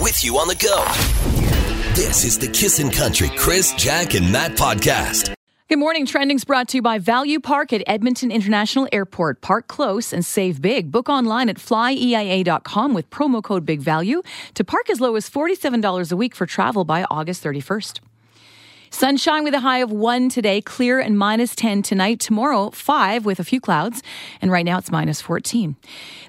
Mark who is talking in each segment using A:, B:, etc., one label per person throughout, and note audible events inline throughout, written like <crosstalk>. A: with you on the go. This is the Kissin' Country Chris, Jack, and Matt podcast.
B: Good morning. Trending's brought to you by Value Park at Edmonton International Airport. Park close and save big. Book online at E flyeia.com with promo code Big Value to park as low as $47 a week for travel by August 31st. Sunshine with a high of 1 today, clear and minus 10 tonight. Tomorrow, 5 with a few clouds, and right now it's minus 14.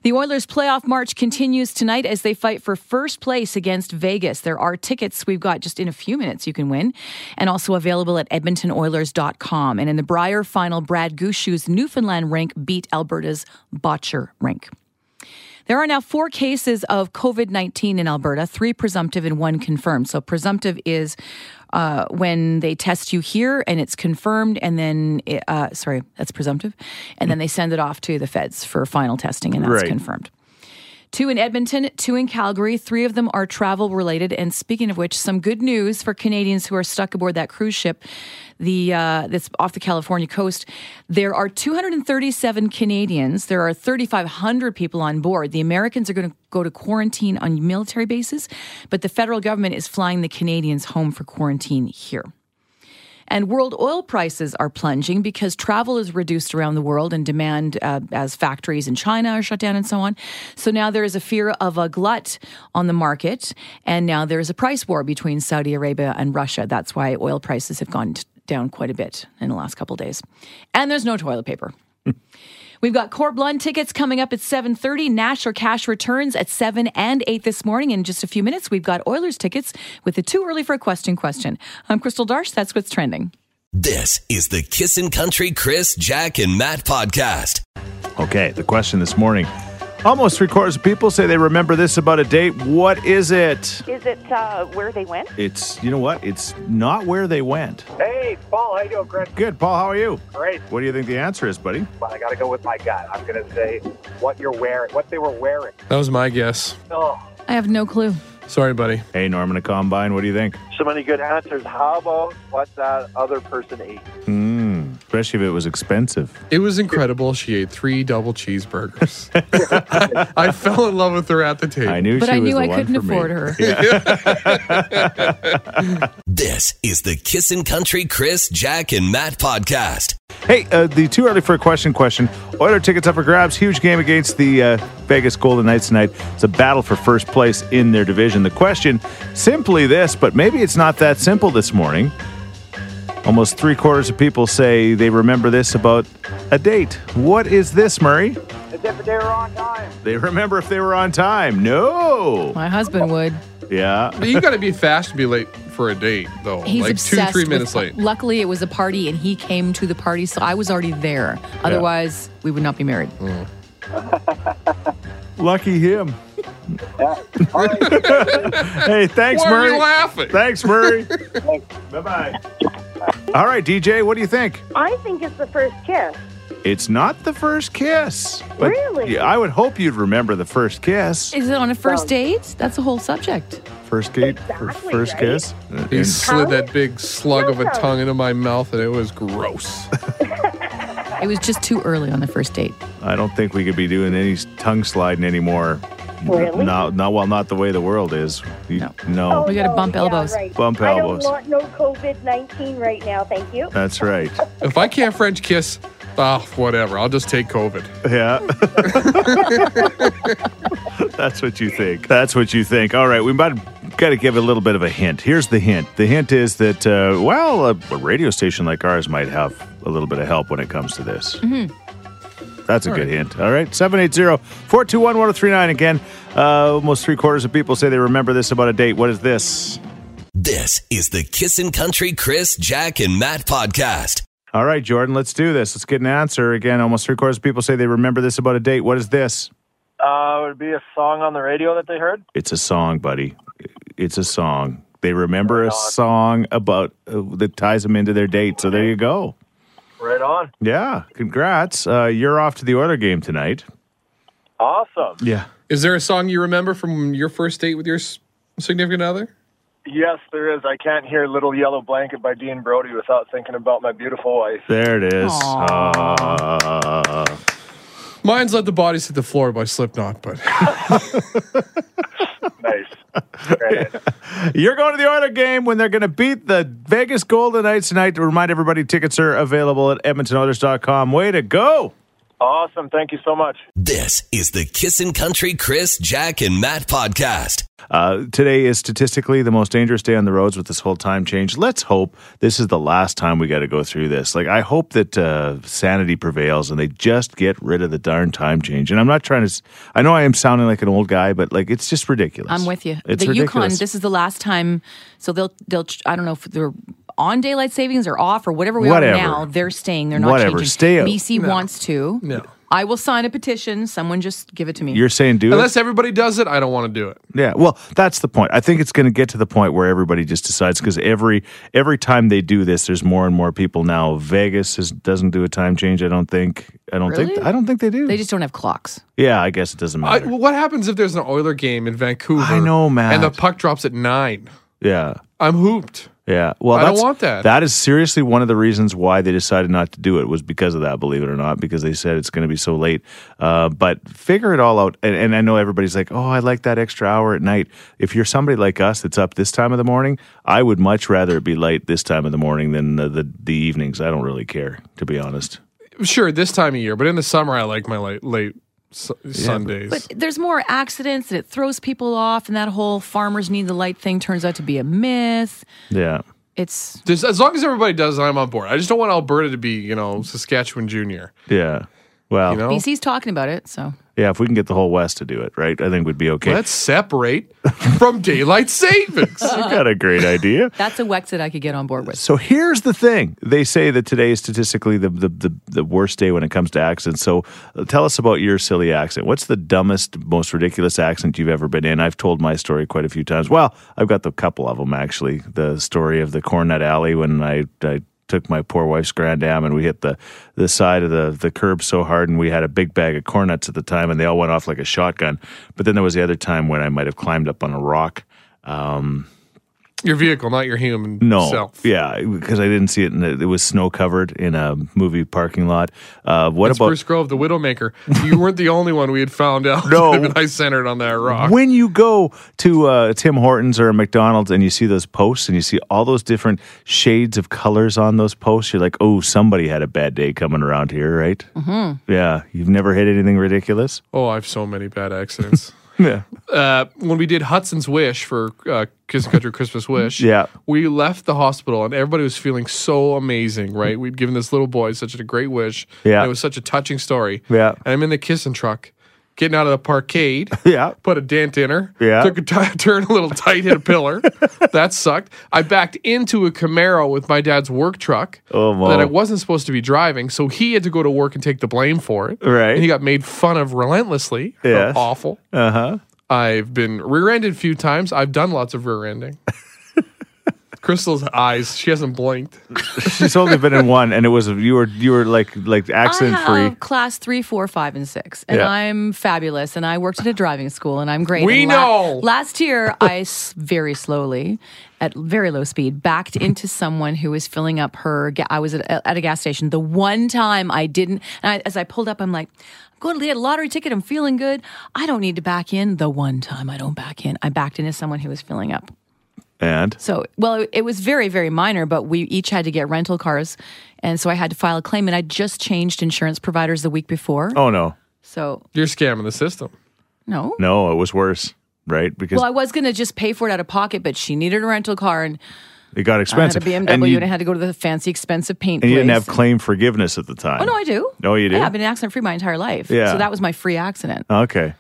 B: The Oilers playoff march continues tonight as they fight for first place against Vegas. There are tickets we've got just in a few minutes you can win, and also available at edmontonoilers.com. And in the Brier final, Brad Gushu's Newfoundland rink beat Alberta's Botcher rink. There are now four cases of COVID 19 in Alberta, three presumptive and one confirmed. So, presumptive is uh, when they test you here and it's confirmed, and then, it- uh, sorry, that's presumptive. And then they send it off to the feds for final testing, and that's
C: Right.
B: confirmed. Two in Edmonton, two in Calgary. Three of them are travel related. And speaking of which, some good news for Canadians who are stuck aboard that cruise ship, the uh, that's off the California coast. There are 237 Canadians. There are 3,500 people on board. The Americans are going to go to quarantine on military bases, but the federal government is flying the Canadians home for quarantine here. And world oil prices are plunging because travel is reduced around the world and demand uh, as factories in China are shut down and so on. So now there is a fear of a glut on the market. And now there is a price war between Saudi Arabia and Russia. That's why oil prices have gone t- down quite a bit in the last couple of days. And there's no toilet paper. We've got Core Blund tickets coming up at 7.30. Nash or cash returns at 7 and 8 this morning. In just a few minutes, we've got Oilers tickets with the Too Early for a Question question. I'm Crystal Darsh. That's what's trending.
A: This is the Kissin' Country Chris, Jack, and Matt podcast.
C: Okay, the question this morning. Almost three quarters of people say they remember this about a date. What is it?
D: Is it uh, where they went?
C: It's, you know what? It's not where they went.
E: Hey, Paul, how you doing? Chris,
C: Good, Paul, how are you?
E: great.
C: What do you think the answer is, buddy?
E: But I got to go with my gut. I'm going to say what you're wearing, what they were wearing.
F: That was my guess.
E: Oh,
B: I have no clue.
F: Sorry, buddy.
C: Hey, Norman, a combine, what do you think?
G: So many good answers. How about what that other person ate?
C: Hmm, especially if it was expensive.
F: It was incredible. She ate three double cheeseburgers. <laughs> I fell in love with her at the table.
C: I knew
B: But
C: she
B: I
C: was
B: knew
C: the
B: I
C: one
B: couldn't
C: for me.
B: afford her.
A: This is the Kissin' Country Chris, Jack, and Matt podcast.
C: Hey, uh, the too early for a question question. Oiler tickets up for grabs. Huge game against the uh, Vegas Golden Knights tonight. It's a battle for first place in their division. The question, simply this, but maybe it's not that simple this morning. Almost three quarters of people say they remember this about a date. What is this, Murray?
E: it's if they were on time.
C: They remember if they were on time. No.
B: My husband would.
C: Yeah.
F: But you got to be fast to be late for a date, though.
B: He's
F: like two,
B: obsessed.
F: three
B: with-
F: minutes late.
B: Luckily, it was a party and he came to the party, so I was already there. Otherwise, we would not be married.
C: Mm. Lucky <laughs> him.
E: All right,
C: Hey, thanks,
F: Why are
C: Murray.
F: you laughing?
C: Thanks,
H: <laughs>
C: Murray. bye bye. All right, DJ, what do you think?
H: I think it's the first kiss.
C: It's not the first kiss.
H: Really?
C: Yeah, I would hope you'd remember the first kiss.
B: Is it on a first date? That's a whole subject.
C: First date,
H: Exactly,
C: first
H: right?
C: kiss. And-
F: He
H: How?
F: slid that big slug of a
H: Welcome.
F: tongue into my mouth, and it was gross.
B: It was just too early on the first date.
C: I don't think we could be doing any tongue sliding anymore.
H: Really?
C: No, no, well, not the way the world is. You-
B: No.
C: no.
B: Oh, We gotta bump
H: Oh, yeah,
B: elbows.
H: right.
C: Bump elbows.
H: I don't want no COVID 19 right now, thank you.
C: That's right.
F: if I can't French kiss, ah, whatever. I'll just take COVID.
C: Yeah. <laughs> That's what you think. That's what you think. All right, we might got to give a little bit of a hint. Here's the hint. The hint is that uh, well, a, a radio station like ours might have a little bit of help when it comes to this. That's a
F: Mm-hmm. All
C: good
F: right.
C: hint. All right, 780-421-1039 again. Uh, almost three quarters of people say they remember this about a date. What is this?
A: This is the Kissin' Country Chris, Jack, and Matt podcast.
C: All right, Jordan, let's do this. Let's get an answer again. Almost three quarters of people say they remember this about a date. What is this?
G: Uh, would it be a song on the radio that they heard?
C: It's a song, buddy. It's a song. They remember a song about uh, that ties them into their date. So there you go.
G: Right on.
C: Yeah, congrats. Uh, you're off to the Oiler game tonight.
G: Awesome.
C: Yeah.
F: Is there a song you remember from your first date with your s- significant other?
G: Yes, there is. I can't hear Little Yellow Blanket by Dean Brody without thinking about my beautiful wife.
C: There it is.
B: Aw.
C: Ah.
F: Mine's "Let the Bodies Hit the Floor" by Slipknot, but
G: Nice. Granted.
C: You're going to the Oiler game when they're going to beat the Vegas Golden Knights tonight. To remind everybody, tickets are available at EdmontonOilers.com. Way to go!
G: awesome. Thank you so much.
A: This is the Kissin' Country Chris, Jack, and Matt podcast.
C: Uh, today is statistically the most dangerous day on the roads with this whole time change. Let's hope this is the last time we got to go through this. Like, I hope that uh, sanity prevails and they just get rid of the darn time change. And I'm not trying to. s- I know I am sounding like an old guy, but like it's just ridiculous.
B: I'm with you.
C: It's
B: the Yukon,
C: ridiculous.
B: this is the last time. So they'll they'll I don't know if they're on daylight savings or off or whatever we
C: Whatever.
B: are now. They're staying. They're not
C: Whatever.
B: changing.
C: Stay out.
B: BC wants to.
F: No.
B: I will sign a petition. Someone just give it to me.
C: You're saying do it?
F: Unless everybody does it, I don't want to do it.
C: Yeah, well, that's the point. I think it's going to get to the point where everybody just decides because every every time they do this, there's more and more people now. Vegas is, doesn't do a time change. I don't think. I don't
B: Really?
C: think. I don't think they do.
B: they just don't have clocks.
C: yeah, I guess it doesn't
F: I,
C: matter.
F: well, what happens if there's an Oiler game in Vancouver?
C: I know, Matt.
F: And the puck drops at nine.
C: yeah.
F: I'm hooped.
C: Yeah, well,
F: I don't
C: that's-
F: want that.
C: That is seriously one of the reasons why they decided not to do it was because of that. Believe it or not, because they said it's going to be so late. Uh, but figure it all out. And, and I know everybody's like, "Oh, I like that extra hour at night." If you're somebody like us that's up this time of the morning, I would much rather it be late this time of the morning than the the, the evenings. I don't really care, to be honest.
F: Sure, this time of year, but in the summer, I like my late, late su- Sundays.
B: But there's more accidents and it throws people off, and that whole farmers need the light thing turns out to be a myth.
C: Yeah,
B: It's
F: There's- as long as everybody does, it, I'm on board. I just don't want Alberta to be, you know, Saskatchewan Junior.
C: yeah. Well,
F: You know,
B: BC's talking about it, so
C: yeah. If we can get the whole West to do it, right? I think we'd be okay.
F: let's separate
C: <laughs>
F: from daylight savings.
C: you got a great idea.
B: that's a wex that I could get on board with.
C: So here's the thing. They say that today is statistically the, the, the, the worst day when it comes to accents. So uh, tell us about your silly accent. What's the dumbest, most ridiculous accent you've ever been in? I've told my story quite a few times. Well, I've got the couple of them, actually. The story of the Cornet Alley when I, I took my poor wife's Grand Am and we hit the, the side of the, the curb so hard and we had a big bag of cornets at the time and they all went off like a shotgun. But then there was the other time when I might have climbed up on a rock.
F: your vehicle, not your human
C: No.
F: self.
C: Yeah, because I didn't see it. In the, it was snow covered in a movie parking lot. Uh, what
F: It's
C: about
F: Bruce Grove, the Widowmaker. You weren't the only one we had found out.
C: No.
F: <laughs> that I centered on that rock.
C: when you go to uh, Tim Hortons or a McDonald's and you see those posts and you see all those different shades of colors on those posts? You're like, oh, somebody had a bad day coming around here, right? Mm-hmm. Yeah. You've never hit anything ridiculous?
F: Oh, I have so many bad accidents.
C: Yeah.
F: uh, when we did Hudson's Wish for uh, Kiss and Country Christmas Wish,
C: Yeah.
F: we left the hospital and everybody was feeling so amazing, right? We'd given this little boy such a great wish.
C: Yeah.
F: and it was such a touching story.
C: Yeah.
F: and I'm in the kissing truck, getting out of the parkade.
C: Yeah.
F: put a dent in her.
C: Yeah.
F: took a ti- <laughs> turn a little tight, hit
C: <laughs>
F: a pillar. that sucked. I backed into a Camaro with my dad's work truck
C: Oh, Mo.
F: that I wasn't supposed to be driving, so he had to go to work and take the blame for it.
C: Right.
F: and he got made fun of relentlessly. Felt
C: Yes.
F: awful.
C: Uh huh.
F: I've been rear-ended a few times. I've done lots
C: <laughs>
F: of rear-ending. Crystal's eyes, she hasn't blinked.
C: She's only been in one, and it was you were you were like like accident
B: I have
C: free.
B: class three, four, five, and six, and
C: Yeah.
B: I'm fabulous. And I worked at a driving school, and I'm great.
F: We
B: And
F: know.
B: Last year, I s- very slowly, at very low speed, backed into someone who was filling up her. Ga- I was at, at a gas station. The one time I didn't, and I, as I pulled up, I'm like. I'm Going to get a lottery ticket. I'm feeling good. I don't need to back in. The one time I don't back in, I backed into someone who was filling up.
C: And
B: So, well, it, it was very, very minor, but we each had to get rental cars. And so I had to file a claim, and I just changed insurance providers the week before.
C: oh no,
B: So,
F: You're scamming the system.
B: no.
C: no, it was worse, right? Because
B: Well, I was going to just pay for it out of pocket, but she needed a rental car, and
C: it got
B: I had a
C: expensive.
B: BMW,
C: and
B: and,
C: you,
B: I had to go to the fancy, expensive paint
C: and
B: place.
C: you didn't have claim forgiveness at the time.
B: oh, no, I do.
C: Oh, you do?
B: Yeah, I've been accident free my entire life.
C: Yeah.
B: So that was my free accident.
C: Okay.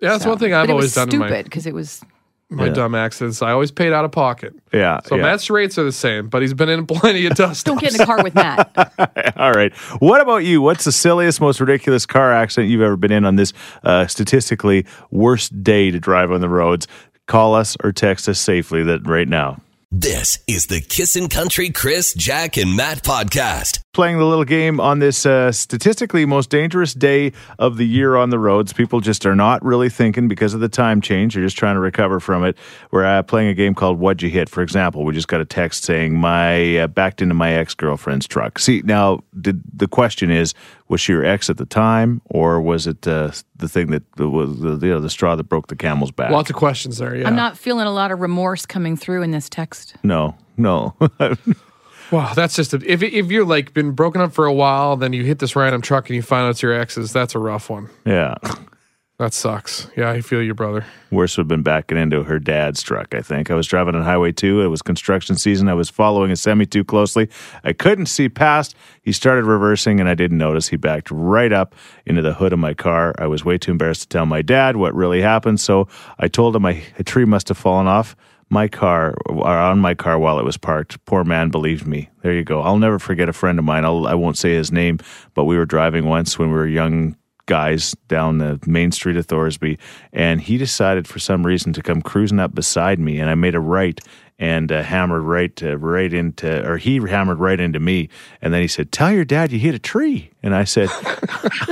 F: Yeah, that's
B: So-
F: one thing
B: but
F: I've
B: it
F: always
B: was
F: done in
B: stupid
F: my,
B: because it was
F: my dumb accidents. I always paid out of pocket.
C: Yeah.
F: So
C: yeah.
F: Matt's rates are the same, but he's been in <laughs> plenty of dust.
B: don't get in a car with Matt.
C: All right. What about you? What's the silliest, most ridiculous car accident you've ever been in on this uh, statistically worst day to drive on the roads? Call us or text us safely that right now.
A: This is the Kissin' Country Chris, Jack, and Matt podcast.
C: playing the little game on this uh, statistically most dangerous day of the year on the roads. People just are not really thinking because of the time change. They're just trying to recover from it. We're uh, playing a game called What'd You Hit? For example, we just got a text saying, "My uh, backed into my ex girlfriend's truck." See, now did, the question is, was she your ex at the time, or was it uh, the thing that was the, you know, the straw that broke the camel's back?
F: <laughs> Lots of questions there. Yeah.
B: I'm not feeling a lot of remorse coming through in this text.
C: no, no. <laughs>
F: Wow, that's just a, if if you're like been broken up for a while, then you hit this random truck and you find out it's your ex's. That's a rough one.
C: yeah.
F: That sucks. Yeah, I feel you, brother.
C: Worse would have been backing into her dad's truck, I think. I was driving on Highway 2. It was construction season. I was following a semi too closely. I couldn't see past. He started reversing, and I didn't notice. He backed right up into the hood of my car. I was way too embarrassed to tell my dad what really happened, so I told him I, a tree must have fallen off my car or on my car while it was parked. Poor man believed me. There you go. I'll never forget a friend of mine. I'll, I won't say his name, but we were driving once when we were young guys down the main street of Thorsby, and he decided for some reason to come cruising up beside me, and I made a right and uh, hammered right uh, right into, or he hammered right into me, and then he said, "Tell your dad you hit a tree," and I said, <laughs>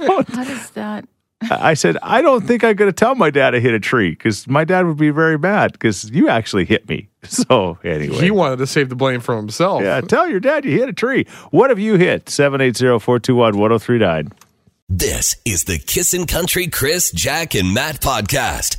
B: What is that?
C: I said, I don't think I'm going to tell my dad I hit a tree because my dad would be very mad because you actually hit me. <laughs> So, anyway.
F: He wanted to save the blame from himself.
C: yeah, tell your dad you hit a tree. What have you hit? 780 421 1039.
A: This is the Kissin' Country Chris, Jack, and Matt podcast.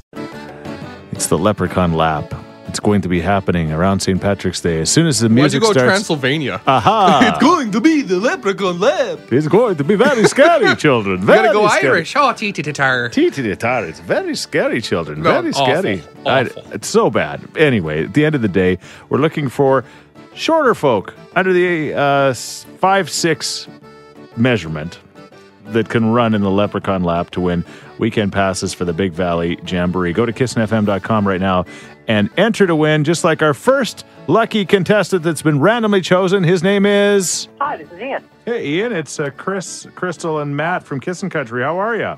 C: It's the Leprechaun Lap. It's going to be happening around St. Patrick's Day. As soon as the
F: Why'd you
C: music
F: go
C: starts,
F: Transylvania?
C: aha,
F: <laughs> going to be the leprechaun lab.
C: it's going to be very scary, children.
F: <laughs> You
C: Very
F: gotta go
C: scary.
F: Irish. Oh, titi tatar.
C: Titi Tatar. It's very scary, children.
F: No,
C: very scary.
F: awful, awful.
C: it's so bad. Anyway, at the end of the day, we're looking for shorter folk under the uh, s- five six measurement that can run in the Leprechaun lap to win weekend passes for the Big Valley Jamboree. Go to kissinfm.com right now and enter to win. Just like our first lucky contestant that's been randomly chosen. His name is
D: Hi, this is Ian.
C: Hey Ian. It's uh, Chris, Crystal, and Matt from Kissin' Country. How are you?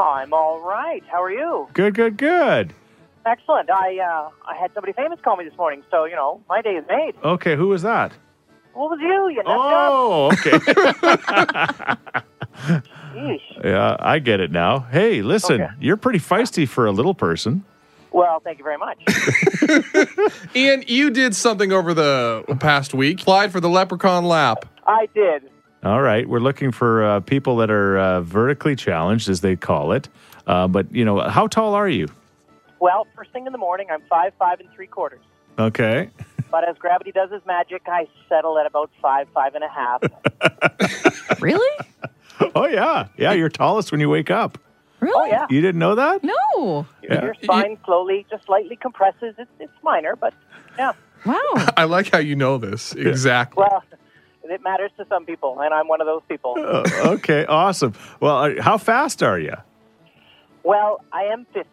D: I'm all right. How are you?
C: Good, good, good.
D: Excellent. I uh, I had somebody famous call me this morning, so you know my day is made.
C: Okay, who was that?
D: What was Oh, you? You messed
C: Oh, okay.
D: <laughs> up. Yeesh.
C: yeah, I get it now. Hey, listen,
D: Okay.
C: you're pretty feisty for a little person.
D: Well, thank you very much.
F: Ian, you did something over the past week. Applied for the leprechaun lap.
D: I did.
C: All right, we're looking for uh, people that are uh, vertically challenged, as they call it. Uh, but you know, how tall are you?
D: Well, first thing in the morning, I'm five five and three quarters.
C: Okay. <laughs>
D: But as gravity does its magic, I settle at about five five and a half.
B: Really?
C: Oh yeah, yeah. You're tallest when you wake up.
B: Really?
C: <laughs>
D: Oh yeah.
C: You didn't know that?
B: No.
D: Your spine slowly, just slightly compresses. It's it's minor, but yeah.
B: Wow.
F: I like how you know this exactly.
D: Well, it matters to some people, and I'm one of those people.
C: Uh, okay, awesome. Well, uh, how fast are you?
D: Well, I am 50.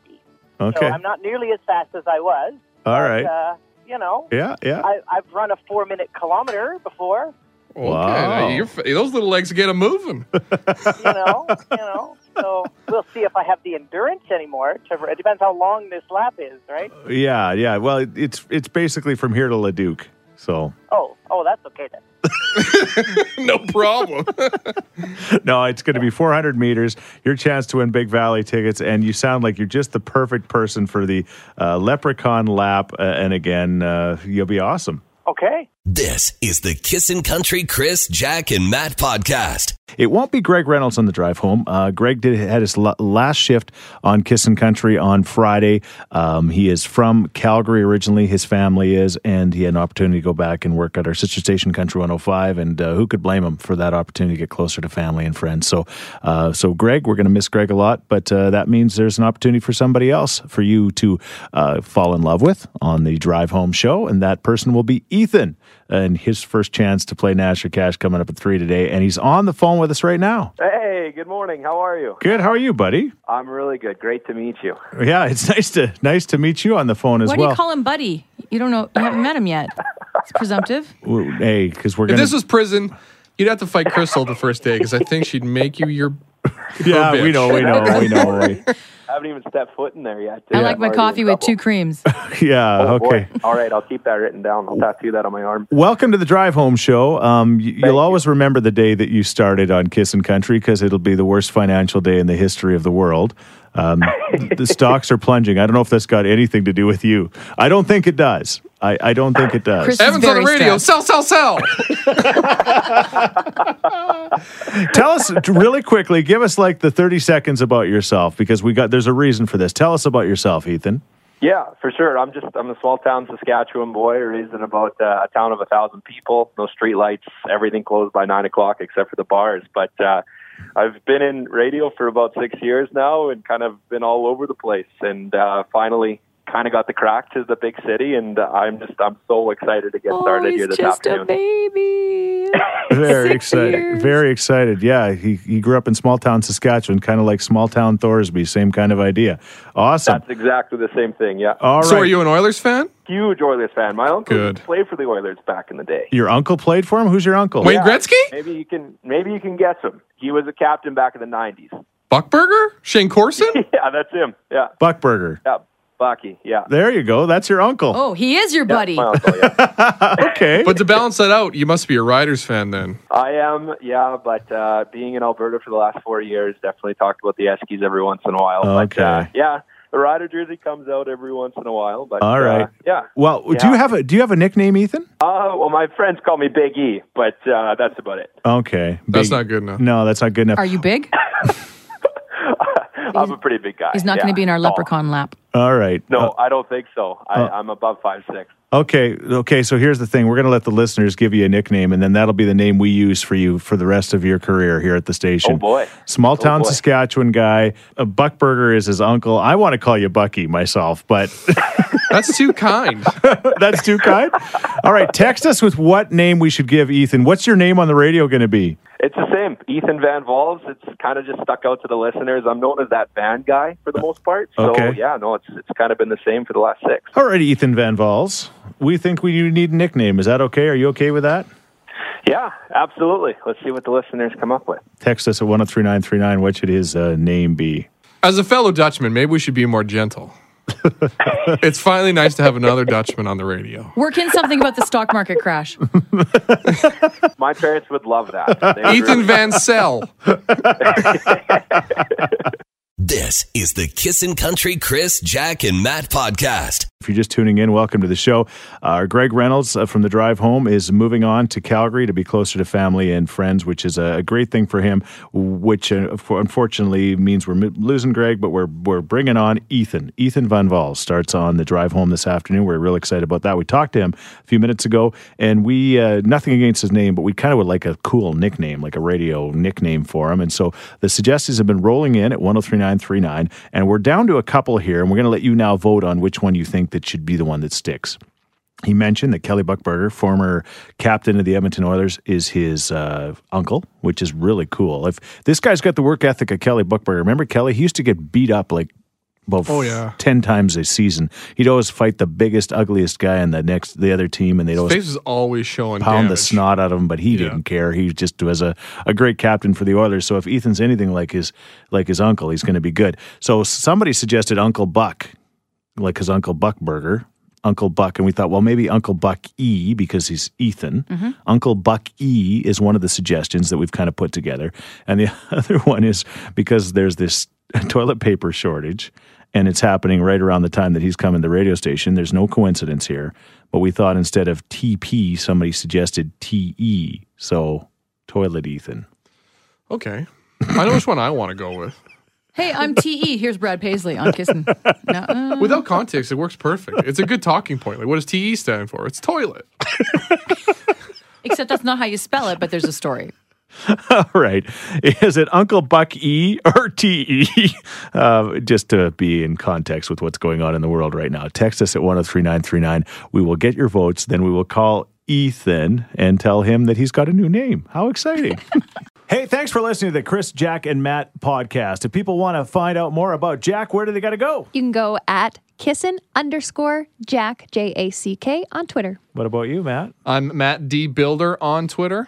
C: Okay.
D: So I'm not nearly as fast as I was.
C: All
D: but,
C: right.
D: Uh, you know,
C: yeah, yeah.
D: I, I've run a four minute kilometer before.
F: Okay,
C: Wow.
F: you're f- those little legs get
C: <laughs>
F: a moving.
D: You know, you know. So we'll see if I have the endurance anymore. To, it depends how long this lap is, right?
C: yeah, yeah. Well, it, it's it's basically from here to Leduc. So
D: Oh, oh, that's okay then.
F: no problem.
C: No, it's going to be 400 meters. Your chance to win Big Valley tickets, and you sound like you're just the perfect person for the uh, Leprechaun lap. Uh, and again, uh, you'll be awesome.
D: Okay.
A: This is the Kissin' Country Chris, Jack, and Matt podcast.
C: It won't be Greg Reynolds on the drive home. Uh, Greg did had his la- last shift on Kissin' Country on Friday. Um, he is from Calgary originally. His family is, and he had an opportunity to go back and work at our sister station, Country 105. And uh, who could blame him for that opportunity to get closer to family and friends? So, uh, so Greg, we're going to miss Greg a lot, but uh, that means there's an opportunity for somebody else for you to uh, fall in love with on the drive home show, and that person will be Ethan and his first chance to play Nash or Cash coming up at three today. And he's on the phone with us right now.
I: Hey, good morning. How are you?
C: Good. How are you, buddy?
I: I'm really good. Great to meet you.
C: Yeah, it's <laughs> nice to nice to meet you on the phone as
B: Why do
C: well.
B: you call him buddy? You don't know. You haven't met him yet. It's presumptive.
C: Well, hey, because we're
F: if
C: gonna.
F: this was prison, you'd have to fight Crystal the first day because I think she'd make you your.
C: yeah,
F: her
C: we
F: bitch. <laughs>
C: know, we know, we know.
I: I haven't even stepped foot in there yet.
B: I
I: dude.
B: like my
I: I'm already
B: coffee
I: in
B: with two
I: trouble.
F: <laughs>
B: creams.
C: Yeah.
I: Oh, boy.
C: okay.
I: All right, I'll keep that written down. I'll tattoo that on my arm.
C: Welcome to the drive home show. Um, y- you'll
I: you.
C: always remember the day that you started on Kiss and Country because it'll be the worst financial day in the history of the world. Um, the stocks are plunging. I don't know if that's got anything to do with you. I don't think it does. I, I don't think it does.
B: Chris- This is
F: Evan's on the
B: very
F: radio.
B: stressed.
F: Sell, sell, sell.
C: Tell
B: <laughs>
C: us t- really quickly. Give us like the thirty seconds about yourself because we got. There's a reason for this. Tell us about yourself, Ethan.
I: Yeah, for sure. I'm just I'm a small town Saskatchewan boy, raised in about uh, a town of a thousand people. No street lights, everything closed by nine o'clock except for the bars. But uh, I've been in radio for about six years now, and kind of been all over the place, and uh, finally kind of got the crack to the big city. And I'm just I'm so excited to get
B: Oh,
I: started
B: he's
I: here this
B: just a
I: afternoon.
B: baby.
C: Very
B: Six
C: excited.
B: years.
C: Very excited. Yeah, he, he grew up in small town Saskatchewan, kind of like small town Thorsby. Same kind of idea. Awesome.
I: That's exactly the same thing. Yeah,
C: All right.
F: So are you an Oilers fan?
I: huge Oilers fan. My uncle
F: Good.
I: played for the Oilers back in the day.
C: Your uncle played for him? Who's your uncle?
F: Wayne Gretzky?
I: Maybe you can maybe you can guess him. He was a captain back in the '90s.
F: Buckberger? Shane
C: <laughs>
F: Corson?
I: <laughs> Yeah, that's him. Yeah.
C: Buckberger.
I: Yeah, Bucky. Yeah.
C: There you go. That's your uncle.
B: Oh, he is your buddy.
I: My uncle, yeah.
B: Oh.
C: Okay.
F: but to balance that out, you must be a Riders fan then.
I: I am, Um, yeah, but uh, being in Alberta for the last four years, definitely talked about the Eskies every once in a while. But, uh,
C: Okay.
I: yeah, the Rider jersey comes out every once in a while. But
C: All
I: uh,
C: right.
I: yeah.
C: Well, do you
I: Yeah.
C: have a do you have a nickname, Ethan?
I: Uh, well, my friends call me Big E, but uh, that's about it.
C: Okay.
F: That's
C: Big-
F: not good enough.
C: No, that's not good enough.
B: Are you big?
I: I'm a pretty big guy.
B: He's not
I: Yeah.
B: going to be in our
I: Oh,
B: leprechaun lap.
C: All right. Uh,
I: No, I don't think so.
C: Oh.
I: I, I'm above five six.
C: Okay. Okay. So here's the thing. We're going to let the listeners give you a nickname, and then that'll be the name we use for you for the rest of your career here at the station.
I: Oh, boy.
C: Small town
I: boy.
C: Saskatchewan guy. Uh, Buckberger is his uncle. I want to call you Bucky myself, but <laughs>
F: That's too kind.
C: that's too kind. All right. Text us with what name we should give Ethan. What's your name on the radio going to be?
I: It's the same. Ethan Van Valves. It's kind of just stuck out to the listeners. I'm known as that van guy for the most part. So
C: Okay.
I: yeah, no, it's it's kind of been the same for the last six.
C: All right, Ethan Van Vals. We think we need a nickname. Is that okay? Are you okay with that?
I: Yeah, absolutely. Let's see what the listeners come up with.
C: Text us at 103939. What should his uh, name be?
F: As a fellow Dutchman, maybe we should be
C: <laughs>
F: more gentle. it's finally nice to have another Dutchman on the radio.
B: Work in something about the stock market crash.
I: My parents would love that. They would
F: Ethan
I: really-
C: <laughs>
F: Van Sell.
A: This is the Kissin' Country Chris, Jack, and Matt podcast.
C: If you're just tuning in, welcome to the show. Uh, Greg Reynolds uh, from the drive home is moving on to Calgary to be closer to family and friends, which is a great thing for him. Which uh, for- unfortunately means we're mo- losing Greg, but we're we're bringing on Ethan. Ethan Van Val starts on the drive home this afternoon. We're really excited about that. We talked to him a few minutes ago, and we uh, nothing against his name, but we kind of would like a cool nickname, like a radio nickname for him. And so the suggestions have been rolling in at 103939, and we're down to a couple here, and we're going to let you now vote on which one you think that should be the one that sticks. He mentioned that Kelly Buckberger, former captain of the Edmonton Oilers, is his uh, uncle, which is really cool. If this guy's got the work ethic of Kelly Buckberger, remember Kelly? He used to get beat up like about
F: Oh, yeah.
C: ten times a season. He'd always fight the biggest, ugliest guy in the next the other team, and they'd
F: His
C: always
F: face is always showing
C: pound the
F: damage.
C: snot out of him, but he
F: Yeah.
C: didn't care. He just was a, a great captain for the Oilers. So if Ethan's anything like his like his uncle, he's going to be good. So somebody suggested Uncle Buck, like his Uncle Buck Burger, Uncle Buck, and we thought, well, maybe Uncle Buck E because he's Ethan. Uncle Buck E is one of the suggestions that we've kind of put together, and the <laughs> other one is because there's this <laughs> toilet paper shortage. And it's happening right around the time that he's coming to the radio station. There's no coincidence here. But we thought instead of TP, somebody suggested TE. So toilet Ethan.
F: Okay. I know which one I want to go with.
B: Hey, I'm TE. Here's Brad Paisley on
F: <laughs>
B: Kissing. No, uh,
F: Without context, it works perfect. It's a good talking point. Like, what does TE stand for? It's toilet.
B: except that's not how you spell it, but there's a story.
C: All <laughs> right. Is it Uncle Buck E or TE? <laughs> Uh, just to be in context with what's going on in the world right now, text us at 103939. We will get your votes. Then we will call Ethan and tell him that he's got a new name. How exciting! hey, thanks for listening to the Chris, Jack, and Matt podcast. If people want to find out more about Jack, where do they got to go?
J: You can go at kissin underscore Jack J A C K on Twitter.
C: What about you, Matt?
F: I'm Matt D. Builder on Twitter.